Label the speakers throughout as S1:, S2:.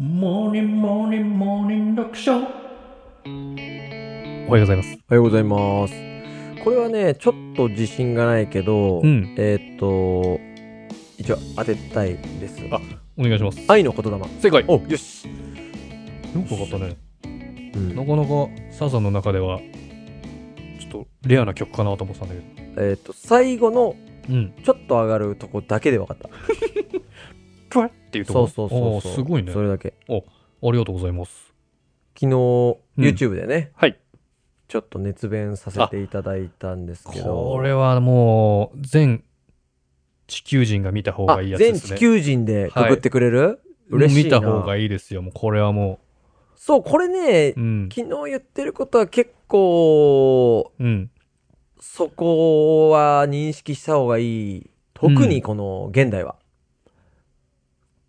S1: モーニングモーニングモーニング読書おはようございます。
S2: おはようございます。これはね、ちょっと自信がないけど、
S1: うん、
S2: えーっと、一応当てたいです。
S1: あお願いします。
S2: 愛の言霊。
S1: 正解よ
S2: およし、
S1: くわかったね。
S2: うん
S1: なかなかサザンの中では、ちょっとレアな曲かなと思ってたんだけ
S2: えーっと、最後の
S1: ど。うん。
S2: ちょっと上がるとこだけで分かった。
S1: トゥワっていうとこ
S2: そ
S1: ろ。
S2: うそうそうそう。
S1: あーすごいね。
S2: それだけ。
S1: ありがとうございます。
S2: 昨日、
S1: ん
S2: YouTube でね、
S1: はい。
S2: ちょっと熱弁させていただいたんですけど。
S1: これはもう、全地球人が見た方
S2: あ
S1: がいいやつで
S2: 全
S1: すね。
S2: 地球人でかぶってくれる、嬉しい
S1: 見
S2: な。
S1: た方がいいですよ。もうこれはも
S2: そう、これね
S1: う。、うん。
S2: 昨日言ってることは結構、
S1: うん。
S2: そこは認識した方がいい。特にこの現代は。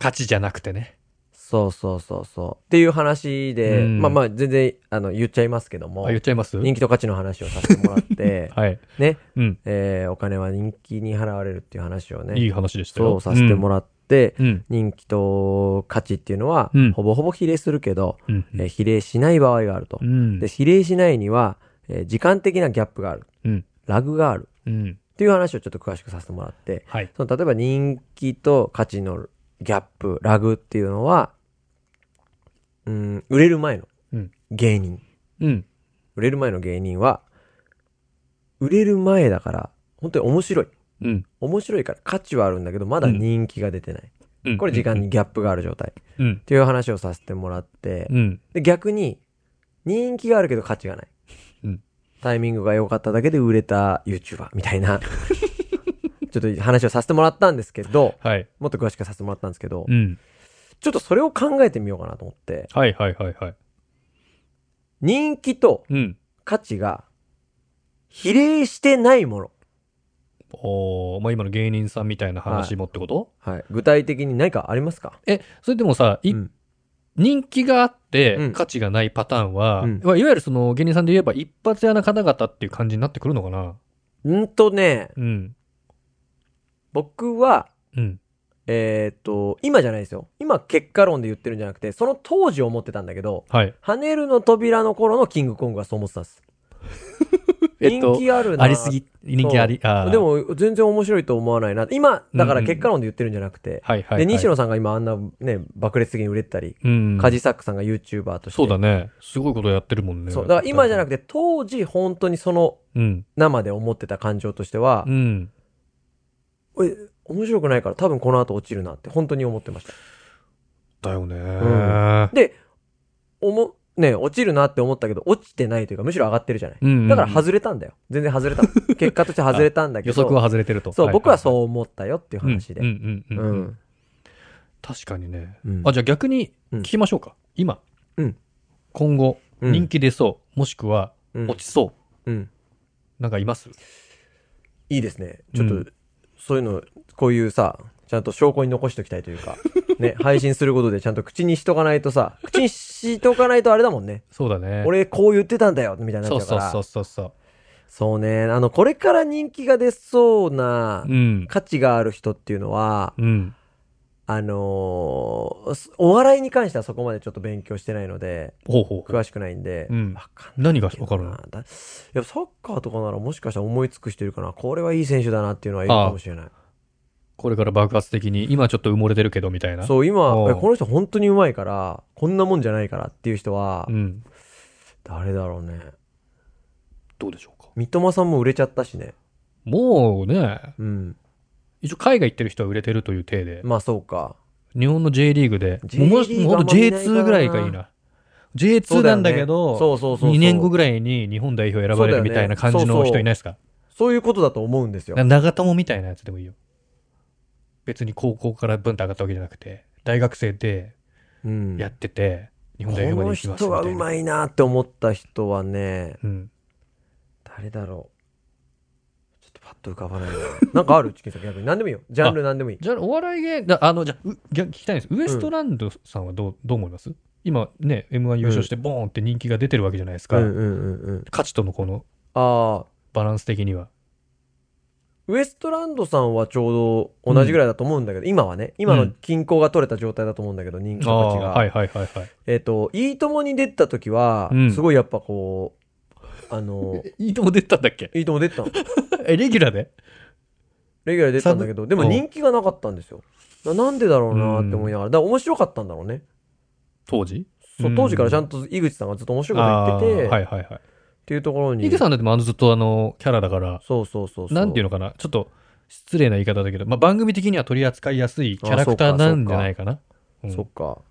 S1: 勝ちじゃなくてね。
S2: そうそうそうそう。っていう話で、
S1: うん
S2: まあまあ全然あの言っちゃいますけど
S1: あ、
S2: も
S1: 言、っちゃいます
S2: 人気と価値の話をさせてもらって、
S1: はい。
S2: ね、
S1: うん。
S2: えーお金は人気に払われるっていう話をね、
S1: いい話でしたよ。
S2: そうさせてもらって、
S1: うんうん。
S2: 人気と価値っていうのは、
S1: うん
S2: ほぼほぼ比例するけど、
S1: うん。
S2: えー比例しない場合があると
S1: う。ん
S2: で、。比例しないには、えー時間的なギャップがある。
S1: うん
S2: ラグがある。
S1: うん。
S2: っていう話をちょっと詳しくさせてもらって、
S1: はい。
S2: その例えば人気と価値のギャップ、ラグっていうのは、うん、売れる前の
S1: うん
S2: 芸人、
S1: うん。
S2: 売れる前の芸人は、売れる前だから、本当に面白い。
S1: うん。
S2: 面白いから価値はあるんだけど、まだ人気が出てない。
S1: うん。
S2: これ時間にギャップがある状態。っ
S1: うん。
S2: ていう話をさせてもらって、
S1: うん。
S2: で逆に、人気があるけど価値がない。
S1: うん
S2: タイミングが良かっただけで売れた YouTuber みたい な、ちょっと話をさせてもらったんですけど、
S1: はい。
S2: もっと詳しくさせてもらったんですけど、
S1: うん。
S2: ちょっとそれを考えてみようかなと思って、
S1: はいはいはいはい。
S2: 人気と
S1: うん。
S2: 価値が比例してないもの。
S1: おーまあ今の芸人さんみたいな話もってこと、
S2: はい。具体的に何かありますか
S1: え、それでもさ、い
S2: うん
S1: 人気があって
S2: うん
S1: 価値がないパターンは、
S2: うん
S1: いわいわゆるその芸人さんで言えば一発屋な方々っていう感じになってくるのかな
S2: うんとね、
S1: うん。
S2: 僕は、
S1: うん。
S2: えっ、と、今じゃないですよ。今結果論で言ってるんじゃなくて、その当時思ってたんだけど、
S1: はい。
S2: 跳ねるの扉の頃のキングコングはそう思ってたんです。人気あるな。
S1: ありす。ぎ、人気あり、あー
S2: で、も、全然面白いと思わないな。今、だから結果論で言ってるんじゃなくて、
S1: はいはい、はい。
S2: で、西野さんが今あんなね、爆裂的に売れてたり、
S1: うん。
S2: カジサックさんが YouTuber として。
S1: そうだね。すごいことやってるもんね。
S2: そうだから今じゃなく
S1: て。
S2: て、当時本当にその
S1: うん。
S2: 生で思ってた感情としては
S1: う、ん。
S2: え、面白くないから多分この後落ちるなって本当に思ってました。
S1: だよね、
S2: んで、おも、ね、落ちるなって思ったけど、落ちてないというか、むしろ上がってるじゃない。
S1: うんうんうん
S2: だから外れたんだよ。全然外れたの。 結果として外れたんだけ
S1: 予
S2: ど。
S1: 測は外れてると。
S2: そう、僕はそうう思ったよっていう話で。
S1: うんうんうんうん
S2: うん
S1: 確かにね。
S2: うん
S1: あ、じゃあ逆に
S2: うん
S1: 聞きましょうか。今。
S2: うん
S1: 今後、
S2: うん
S1: 人気出そう。もしくは、
S2: うん
S1: 落ちそう。
S2: うん
S1: なんかいます
S2: いいですね。ちょっと、
S1: うん
S2: そういうの、こういうさ、ちゃんと証拠に残しておきたいという か、ね、配信することでちゃんと口にしとかないとさ、口にしとかないとあれだもんね。
S1: そうだね。、
S2: 俺こう言ってたんだよ、みたいにな
S1: そ
S2: っ
S1: う
S2: ちゃうか
S1: そうそ
S2: ら。
S1: うそうそう。
S2: そうね、あの、これから人気が出そうな
S1: うん。
S2: 価値がある人っていうのは、
S1: うん。
S2: あのーお笑いに関してはそこまでちょっと勉強してないので、
S1: ほうほうほう。
S2: 詳しくないんで、
S1: うん
S2: わかんない
S1: 何が
S2: け
S1: わか
S2: ど
S1: る
S2: な
S1: の
S2: だいやサッカーとかならもしかしたら思いつく人いるかなこれはいい選手だなっていうのはいる
S1: ああ
S2: かもしれない
S1: これから爆発的に、今ちょっと埋もれてるけどみたいな。う。
S2: そう今
S1: おう
S2: えこの人本当にうまいからこんなもんじゃないからっていう人は、
S1: うん。
S2: 誰だろうね
S1: どうでしょうか。
S2: 三笘さんも売れちゃったしね
S1: もうね、
S2: うん
S1: 一応海外行ってる人は売れてるという体で、
S2: まあそうか
S1: 日本の J リーグで、
S2: J リーグ
S1: もうもうほんと
S2: あんま見ないから
S1: J2
S2: な
S1: ぐらいがいいな。J2 なんだけ
S2: そ
S1: ど、
S2: うそうそうそう
S1: 2年後ぐらいに日本代表選ばれるみたいな感じ
S2: そうだよ
S1: の
S2: ね
S1: 人いないですか
S2: そういうことだと思うんですよ
S1: な長友みたいなやつでもいいよ。別に高校からブンと上がったわけじゃなくて、大学生で
S2: うん
S1: やってて、日
S2: こ
S1: 本代表ま
S2: の
S1: で行きます
S2: 人
S1: み
S2: は
S1: た
S2: う
S1: いな。
S2: まいなって思った人はね
S1: うん。
S2: 誰だろうちょっとパッと浮かばないななんかあるチキンさん逆に何でもいいよジャンル何 でもいい
S1: じゃあ、お笑い芸、だあの、じゃあうぎゃ聞きたいんです。ウエストランドさんはどう、どう思います今ね、M1 優勝してボーンって人気が出てるわけじゃないです
S2: う
S1: か。
S2: んうんうんうん
S1: 価値とのこの
S2: ああ
S1: バランス的には。
S2: ウエストランドさんはちょうど同じぐらいだと思うんだけど、今はね、今
S1: う
S2: の
S1: ん
S2: 均衡が取れた状態だと思うんだけど、人気
S1: あ
S2: たち
S1: あ、
S2: が。
S1: はいはいはいはい。
S2: えっ、と、いいともに出てた時は、
S1: うん
S2: すごいやっぱこう、あ の、
S1: いいとも出てたんだっけ
S2: いいとも出てたの。
S1: え、レギュラーで
S2: レギュラーで出てたんだけど、でも
S1: うん
S2: 人気がなかったんですよ。ななんでだろうなって思いながら、だから面白かったんだろうね。
S1: 当時
S2: そう、当時からちゃん
S1: と
S2: と井口さんがずっと面白いこと言ってて、
S1: はいはいはい。
S2: っていうところに。
S1: ヒデさんだってもあのずっとあの、キャラだから、
S2: そうそうそうそう。
S1: なんていうのかな、ちょっと失礼な言い方だけど、まあ、番組的には取り扱いやすいキャラクターなんじゃないかな。うん
S2: そっか。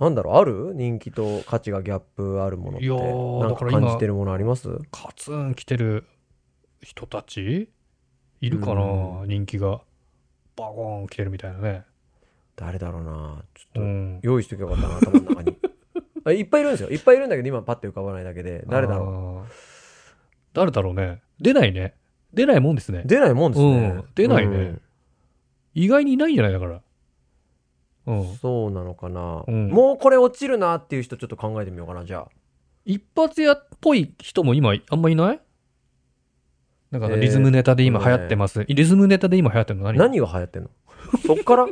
S2: なんだろう、ある人気と価値がギャップあるものって。
S1: いやー
S2: なん
S1: だか
S2: から
S1: 今
S2: 感じてるものあります
S1: カツン来てる人たちいるか
S2: う
S1: な人気が。バコーン来てるみたいなね。
S2: 誰だろうなち
S1: う
S2: ょっと
S1: ん。
S2: 用意しときゃよかったな、頭の中 に。あいっぱいいるんですよ。いっぱいいるんだけど、今パッて浮かばないだけで。誰だろ
S1: う誰だろうね。出ないね。出ないもんですね
S2: う。。出ないもんですね。
S1: うん出ないね
S2: うん
S1: 意外にいないんじゃないだから。うん。
S2: そうなのかな、
S1: うん
S2: もうこれ落ちるなっていう人ちょっと考えてみようかな、じゃあ。
S1: 一発屋っぽい人も今あんまいないなんか
S2: えー
S1: リズムネタで今流行ってます。リズムネタで今流行ってるの何
S2: 何が流行って んのそっから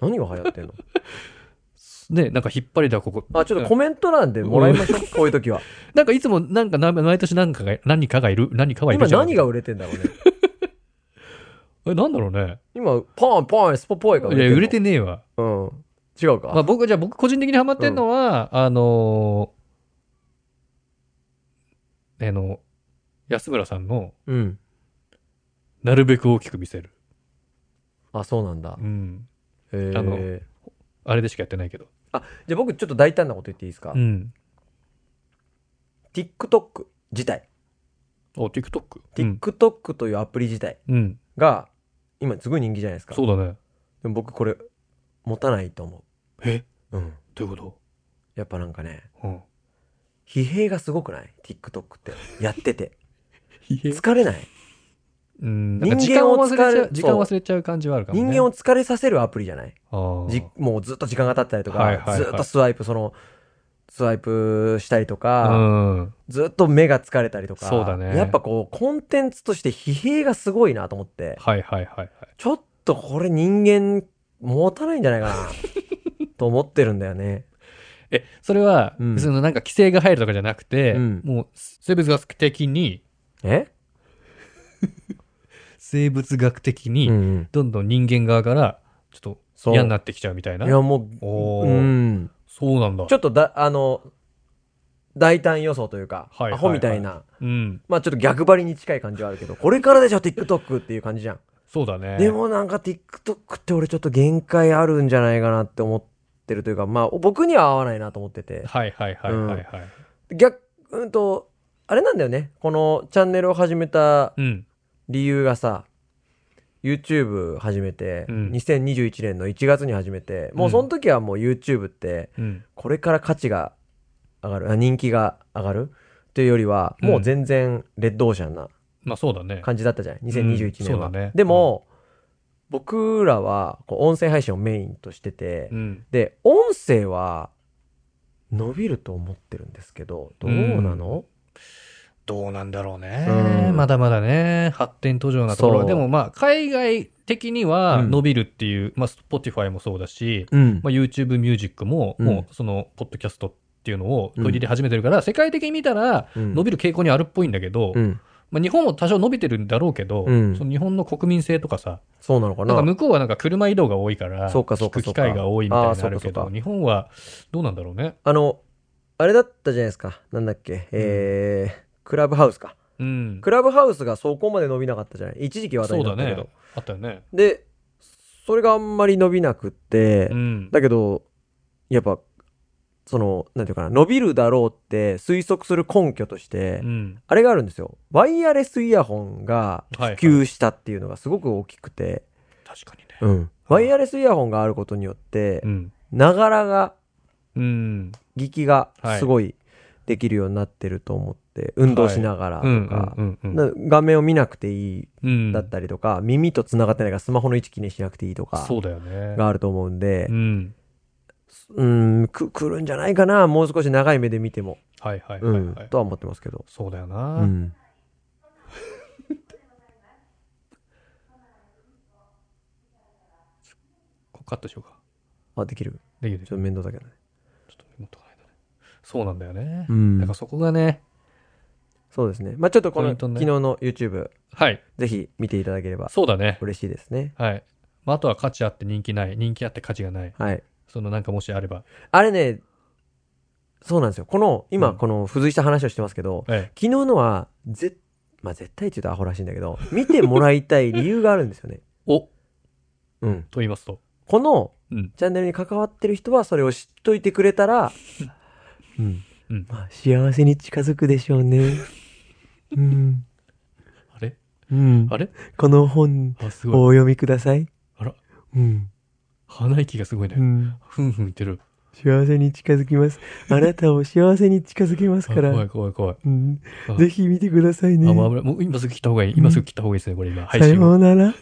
S2: 何が流行ってんの
S1: ね、なんか引っ張りだここ。
S2: あ、ちょっとコメント欄でもらいましょう。こういう時は。
S1: なんかいつもなんかな毎年何かが、何かがいる何かがいる
S2: 今
S1: じゃん
S2: 何が売れてんだろうね。
S1: え、なんだろうね。
S2: 今、ポンポン、スポポイが
S1: いや、売れて
S2: ん
S1: ねえわ。
S2: の。うん。違うか。
S1: まあ僕、じゃあ僕個人的にハマってんのは、あのー、あの、安村さんの、
S2: うん。
S1: なるべく大きく見せる。
S2: あ、そうなんだ。
S1: うん。
S2: へー
S1: あのあれでしかやってないけど。
S2: じゃあ僕ちょっと大胆なこと言っていいですか、
S1: うん。
S2: ?TikTok 自体。
S1: お、TikTok。うん。
S2: TikTok というアプリ自体
S1: うん。
S2: が、今すごい人気じゃないですか。
S1: そうだね。
S2: でも僕これ、持たないと思
S1: え
S2: う。うん。
S1: どういうこ
S2: やっぱなんかね、
S1: とうん。
S2: 疲弊がすごくない ?TikTok って。やっ てて。
S1: 疲れ
S2: 疲れない
S1: うん。なんか時間を忘れち
S2: 人間を疲れ
S1: ゃう、
S2: る
S1: 時間を忘れちゃう感じはあるかも
S2: 人
S1: ね。
S2: 間を疲れさせるアプリじゃない
S1: を
S2: じもうずっと時間が経ったりとか、
S1: はいはいはい
S2: ずっとスワイプ、その、スワイプしたりと
S1: う
S2: か、
S1: ん。
S2: ずっと目が疲れたりとか、
S1: そうだね
S2: やっぱこう、コンテンツとして疲弊がすごいなと思って、
S1: はいはいはいはい。
S2: ちょっとこれ人間持たないんじゃないか な、と思ってるんだよね。
S1: え、それは、
S2: うん
S1: そのなんか規制が入るとかじゃなくて、
S2: うん
S1: もう生物学的に、
S2: え
S1: 生物学的に、
S2: うん
S1: どんどん人間側から、ちょっ
S2: そ
S1: と
S2: う
S1: 嫌になってきちゃうみたい
S2: い
S1: な。
S2: や、も
S1: お
S2: う、
S1: ー
S2: うん。
S1: そうなんだ。
S2: ちょっとだ、あの、大胆予想というか、
S1: はいはいはい
S2: アホみたいな、
S1: うん。
S2: まあちょっと逆張りに近い感じはあるけど、これからでしょ、TikTok っていう感じじゃん。
S1: そうだね。
S2: でもなんか TikTok って俺ちょっと限界あるんじゃないかなって思ってるというか、まあ僕には合わないなと思ってて。
S1: はいはいはいはいはい。
S2: 逆、うんと、あれなんだよね。このチャンネルを始めた
S1: うん。
S2: 理由がさ、YouTube 始めて、
S1: うん
S2: 2021年の1月に始めて、もうその時はもう YouTube って、
S1: うん。
S2: これから価値が上がる、あ人気が上がるというよりは、もう全然レッドオーシャンな
S1: まあそうだね。
S2: 感じだったじゃない ?2021 年
S1: そ
S2: は。
S1: うだね
S2: でも、僕らはこう音声配信をメインとしてて、
S1: うん。
S2: で、音声は伸びると思ってるんですけど、どうなの、
S1: どうなんだろうね。
S2: うん
S1: まだまだね、発展途上なとこ
S2: そ
S1: ろ。
S2: う
S1: でもまあ、海外的には
S2: うん
S1: 伸びるっていう、まあ、Spotify もそうだし、
S2: うん
S1: まあ、YouTube ミュージックも、
S2: うん
S1: もう、その、ポッドキャストっていうのを取り入れ始めてるから、世界的に見たら、伸びる傾向にあるっぽいんだけど、
S2: うん。
S1: まあ、日本も多少伸びてるんだろうけど、
S2: うん
S1: その日本の国民性とかさ、
S2: そうなのか
S1: な
S2: な
S1: か
S2: ん
S1: 向こうはなんか車移動が多いから、
S2: そうかそう
S1: 聞
S2: か
S1: く
S2: そう
S1: 機
S2: か
S1: 会が多いみたい
S2: あー
S1: になるけ
S2: そうかそう
S1: ど、
S2: か
S1: 日本はどうなんだろうね。
S2: あの、あれだったじゃないですか。なんだっけ。えー、クラブハウスか。
S1: うん。
S2: クラブハウスがそこまで伸びなかったじゃない一時期話題
S1: そう
S2: にな
S1: だ
S2: ったけど。
S1: ね。あったよね。
S2: で、それがあんまり伸びなくって、
S1: うん。
S2: だけど、やっぱ、その、なんていうかな、伸びるだろうって推測する根拠として、
S1: うん。
S2: あれがあるんですよ。ワイヤレスイヤホンが
S1: はいはい
S2: 普及したっていうのがすごく大きくて、
S1: 確かにね。
S2: うんワイヤレスイヤホンがあることによって
S1: う、ん。
S2: ながらが、
S1: うん。
S2: 聞きがすごいできるようになってると思って、運動しながらと
S1: うんうん
S2: か
S1: う、んうん
S2: な画面を見なくてい
S1: うん
S2: いだったりとか、耳と繋がってないからスマホの位置気にしなくていいとか、
S1: そうだよね。
S2: があると思うんで
S1: う、ん。
S2: うん、く、来るんじゃないかな。もう少し長い目で見ても。
S1: はいはいは
S2: う
S1: い
S2: ん
S1: はい。
S2: とは思ってますけど。
S1: そうだよ
S2: う
S1: な。
S2: ん。
S1: カットしようか。
S2: あ、できる。
S1: できる
S2: ちょっと面倒だけどね。
S1: ちょっとメモっとかないとね。そうなんだよね。
S2: うん
S1: だからそこがね、
S2: そうですね。まあちょっとこ
S1: ポ
S2: の、
S1: イントね
S2: 昨日の YouTube、
S1: はい、
S2: ぜひ見ていただければ
S1: そうだね。
S2: 嬉しいですね。
S1: はい。まあ、あとは価値あって人気ない。人気あって価値がない。
S2: はい。
S1: そのなんかもしあれば。
S2: あれね、そうなんですよ。この、
S1: う
S2: 今、
S1: ん
S2: この付随した話をしてますけど、
S1: え
S2: 昨日のは、ぜ、まあ絶対って言うとアホらしいんだけど、見てもらいたい理由があるんですよね。
S1: え、おと
S2: うん。
S1: 言いますと。
S2: この
S1: うん。
S2: チャンネルに関わってる人はそれを知っといてくれたら、うん。
S1: うん。
S2: まあ幸せに近づくでしょ うね。うん。
S1: あれ
S2: うん
S1: あれ
S2: この本、
S1: あ、す
S2: お
S1: ごい。
S2: 読みください。
S1: あら、
S2: うん。
S1: 鼻息がすごいね。
S2: うん。
S1: ふんふん言ってる。
S2: 幸せに近づきます。あなたを幸せに近づけます
S1: あ
S2: から。
S1: 怖い怖い怖い。
S2: うん
S1: あ、
S2: ぜひ見てくださいね
S1: あ、。もう危ない。もう今すぐ切った方がいい。今すぐ切った方がいいですね、これ今。配
S2: さ
S1: 信を
S2: ようなら。